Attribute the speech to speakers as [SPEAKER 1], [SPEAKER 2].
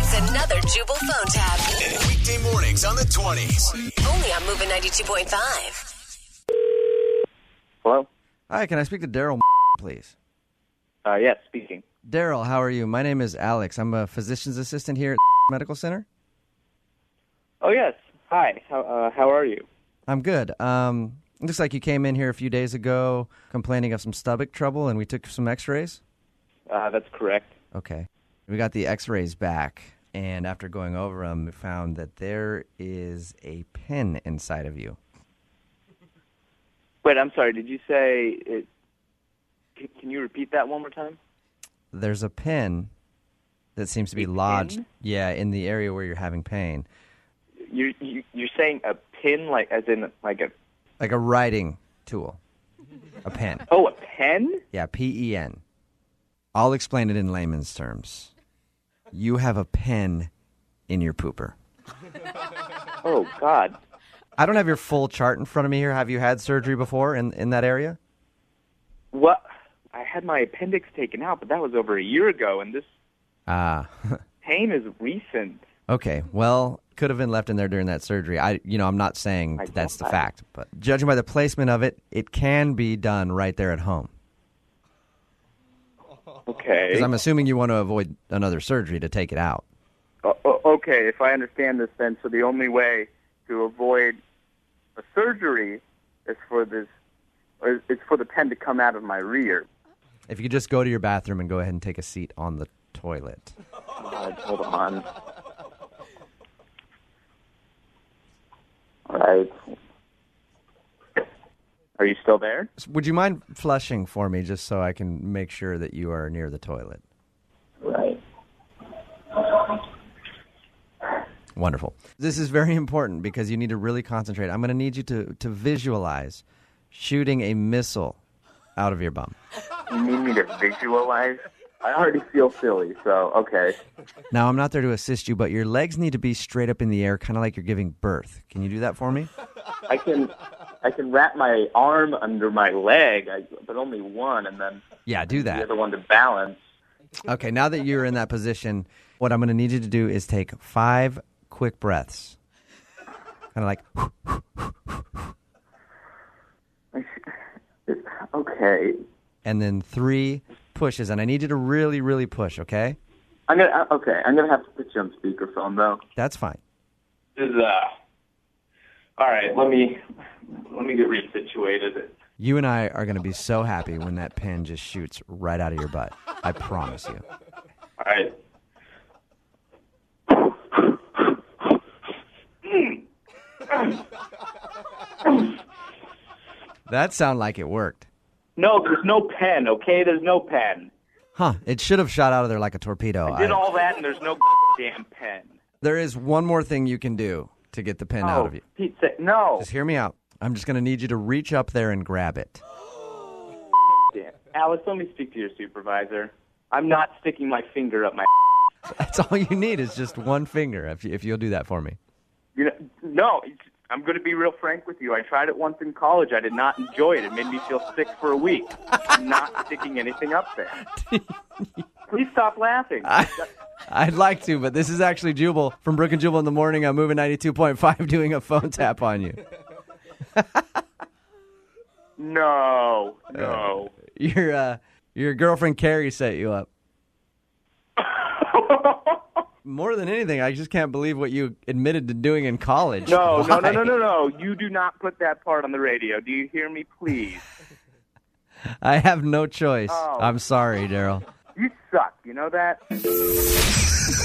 [SPEAKER 1] is another Jubal phone tab.
[SPEAKER 2] Weekday mornings on the 20s.
[SPEAKER 1] Only on Moving 92.5.
[SPEAKER 3] Hello?
[SPEAKER 4] Hi, can I speak to Daryl, please?
[SPEAKER 3] Uh, yes, speaking.
[SPEAKER 4] Daryl, how are you? My name is Alex. I'm a physician's assistant here at Medical Center.
[SPEAKER 3] Oh, yes. Hi. How, uh, how are you?
[SPEAKER 4] I'm good. Um, looks like you came in here a few days ago complaining of some stomach trouble, and we took some X-rays.
[SPEAKER 3] Uh, that's correct.
[SPEAKER 4] Okay. We got the X-rays back, and after going over them, we found that there is a pin inside of you.
[SPEAKER 3] Wait, I'm sorry. Did you say it? Can, can you repeat that one more time?
[SPEAKER 4] There's a pin that seems to be lodged, yeah, in the area where you're having pain,
[SPEAKER 3] You're, you, you're saying a pin, like as in like a
[SPEAKER 4] like a writing tool, a pen.
[SPEAKER 3] oh a pen?
[SPEAKER 4] Yeah, P E N. I'll explain it in layman's terms. You have a pen in your pooper.
[SPEAKER 3] Oh God.
[SPEAKER 4] I don't have your full chart in front of me here. Have you had surgery before in, in that area?
[SPEAKER 3] What? I had my appendix taken out, but that was over a year ago, and this
[SPEAKER 4] Ah.
[SPEAKER 3] pain is recent.
[SPEAKER 4] okay. Well, could have been left in there during that surgery. I you know, I'm not saying that that's the
[SPEAKER 3] guess.
[SPEAKER 4] fact, but judging by the placement of it, it can be done right there at home.
[SPEAKER 3] Okay.
[SPEAKER 4] Cuz I'm assuming you want to avoid another surgery to take it out.
[SPEAKER 3] O- o- Uh, okay, if I understand this, then so the only way to avoid a surgery is for this, or it's for the pen to come out of my rear.
[SPEAKER 4] If you could just go to your bathroom and go ahead and take a seat on the toilet.
[SPEAKER 3] Uh, hold on. All right. Are you still there?
[SPEAKER 4] Would you mind flushing for me just so I can make sure that you are near the toilet?
[SPEAKER 3] Right.
[SPEAKER 4] Wonderful. This is very important because you need to really concentrate. I'm going to need you to, to visualize shooting a missile out of your bum.
[SPEAKER 3] You need me to visualize? I already feel silly, so okay.
[SPEAKER 4] Now, I'm not there to assist you, but your legs need to be straight up in the air, kind of like you're giving birth. Can you do that for me?
[SPEAKER 3] I can, I can wrap my arm under my leg, I, but only one, and then
[SPEAKER 4] Yeah, do
[SPEAKER 3] the
[SPEAKER 4] that.
[SPEAKER 3] other one to balance.
[SPEAKER 4] Okay, now that you're in that position, what I'm going to need you to do is take five quick breaths. Kind of like,
[SPEAKER 3] Okay.
[SPEAKER 4] and then three pushes. And I need you to really, really push, okay?
[SPEAKER 3] I'm gonna. uh, Okay, I'm gonna have to put you on speakerphone though.
[SPEAKER 4] That's fine.
[SPEAKER 3] This is uh. All right, let me let me get resituated.
[SPEAKER 4] You and I are going to be so happy when that pin just shoots right out of your butt. I promise you.
[SPEAKER 3] All right.
[SPEAKER 4] That sound like it worked.
[SPEAKER 3] No, there's no pen. Okay, there's no pen.
[SPEAKER 4] Huh, it should have shot out of there like a torpedo.
[SPEAKER 3] Did
[SPEAKER 4] I-
[SPEAKER 3] all that and there's no damn pen.
[SPEAKER 4] there is one more thing you can do to get the pin
[SPEAKER 3] Oh.
[SPEAKER 4] out of you.
[SPEAKER 3] Pete said no.
[SPEAKER 4] Just hear me out. I'm just going to need you to reach up there and grab it.
[SPEAKER 3] Damn. Alice, let me speak to your supervisor. I'm not sticking my finger up my.
[SPEAKER 4] That's all you need is just one finger if, you, if you'll do that for me.
[SPEAKER 3] You know, no. it's- I'm going to be real frank with you. I tried it once in college. I did not enjoy it. It made me feel sick for a week. I'm not sticking anything up there. Please stop laughing.
[SPEAKER 4] I'd like to, but this is actually Jubal from Brook and Jubal in the morning. I'm moving 92.5 doing a phone tap on you.
[SPEAKER 3] No, no.
[SPEAKER 4] Your, uh, your girlfriend Carrie set you up. More than anything, I just can't believe what you admitted to doing in college.
[SPEAKER 3] No, no, no,
[SPEAKER 4] Why?
[SPEAKER 3] no, no, no. You do not put that part on the radio. Do you hear me, please?
[SPEAKER 4] I have no choice.
[SPEAKER 3] Oh.
[SPEAKER 4] I'm sorry, Daryl.
[SPEAKER 3] You suck. You know that?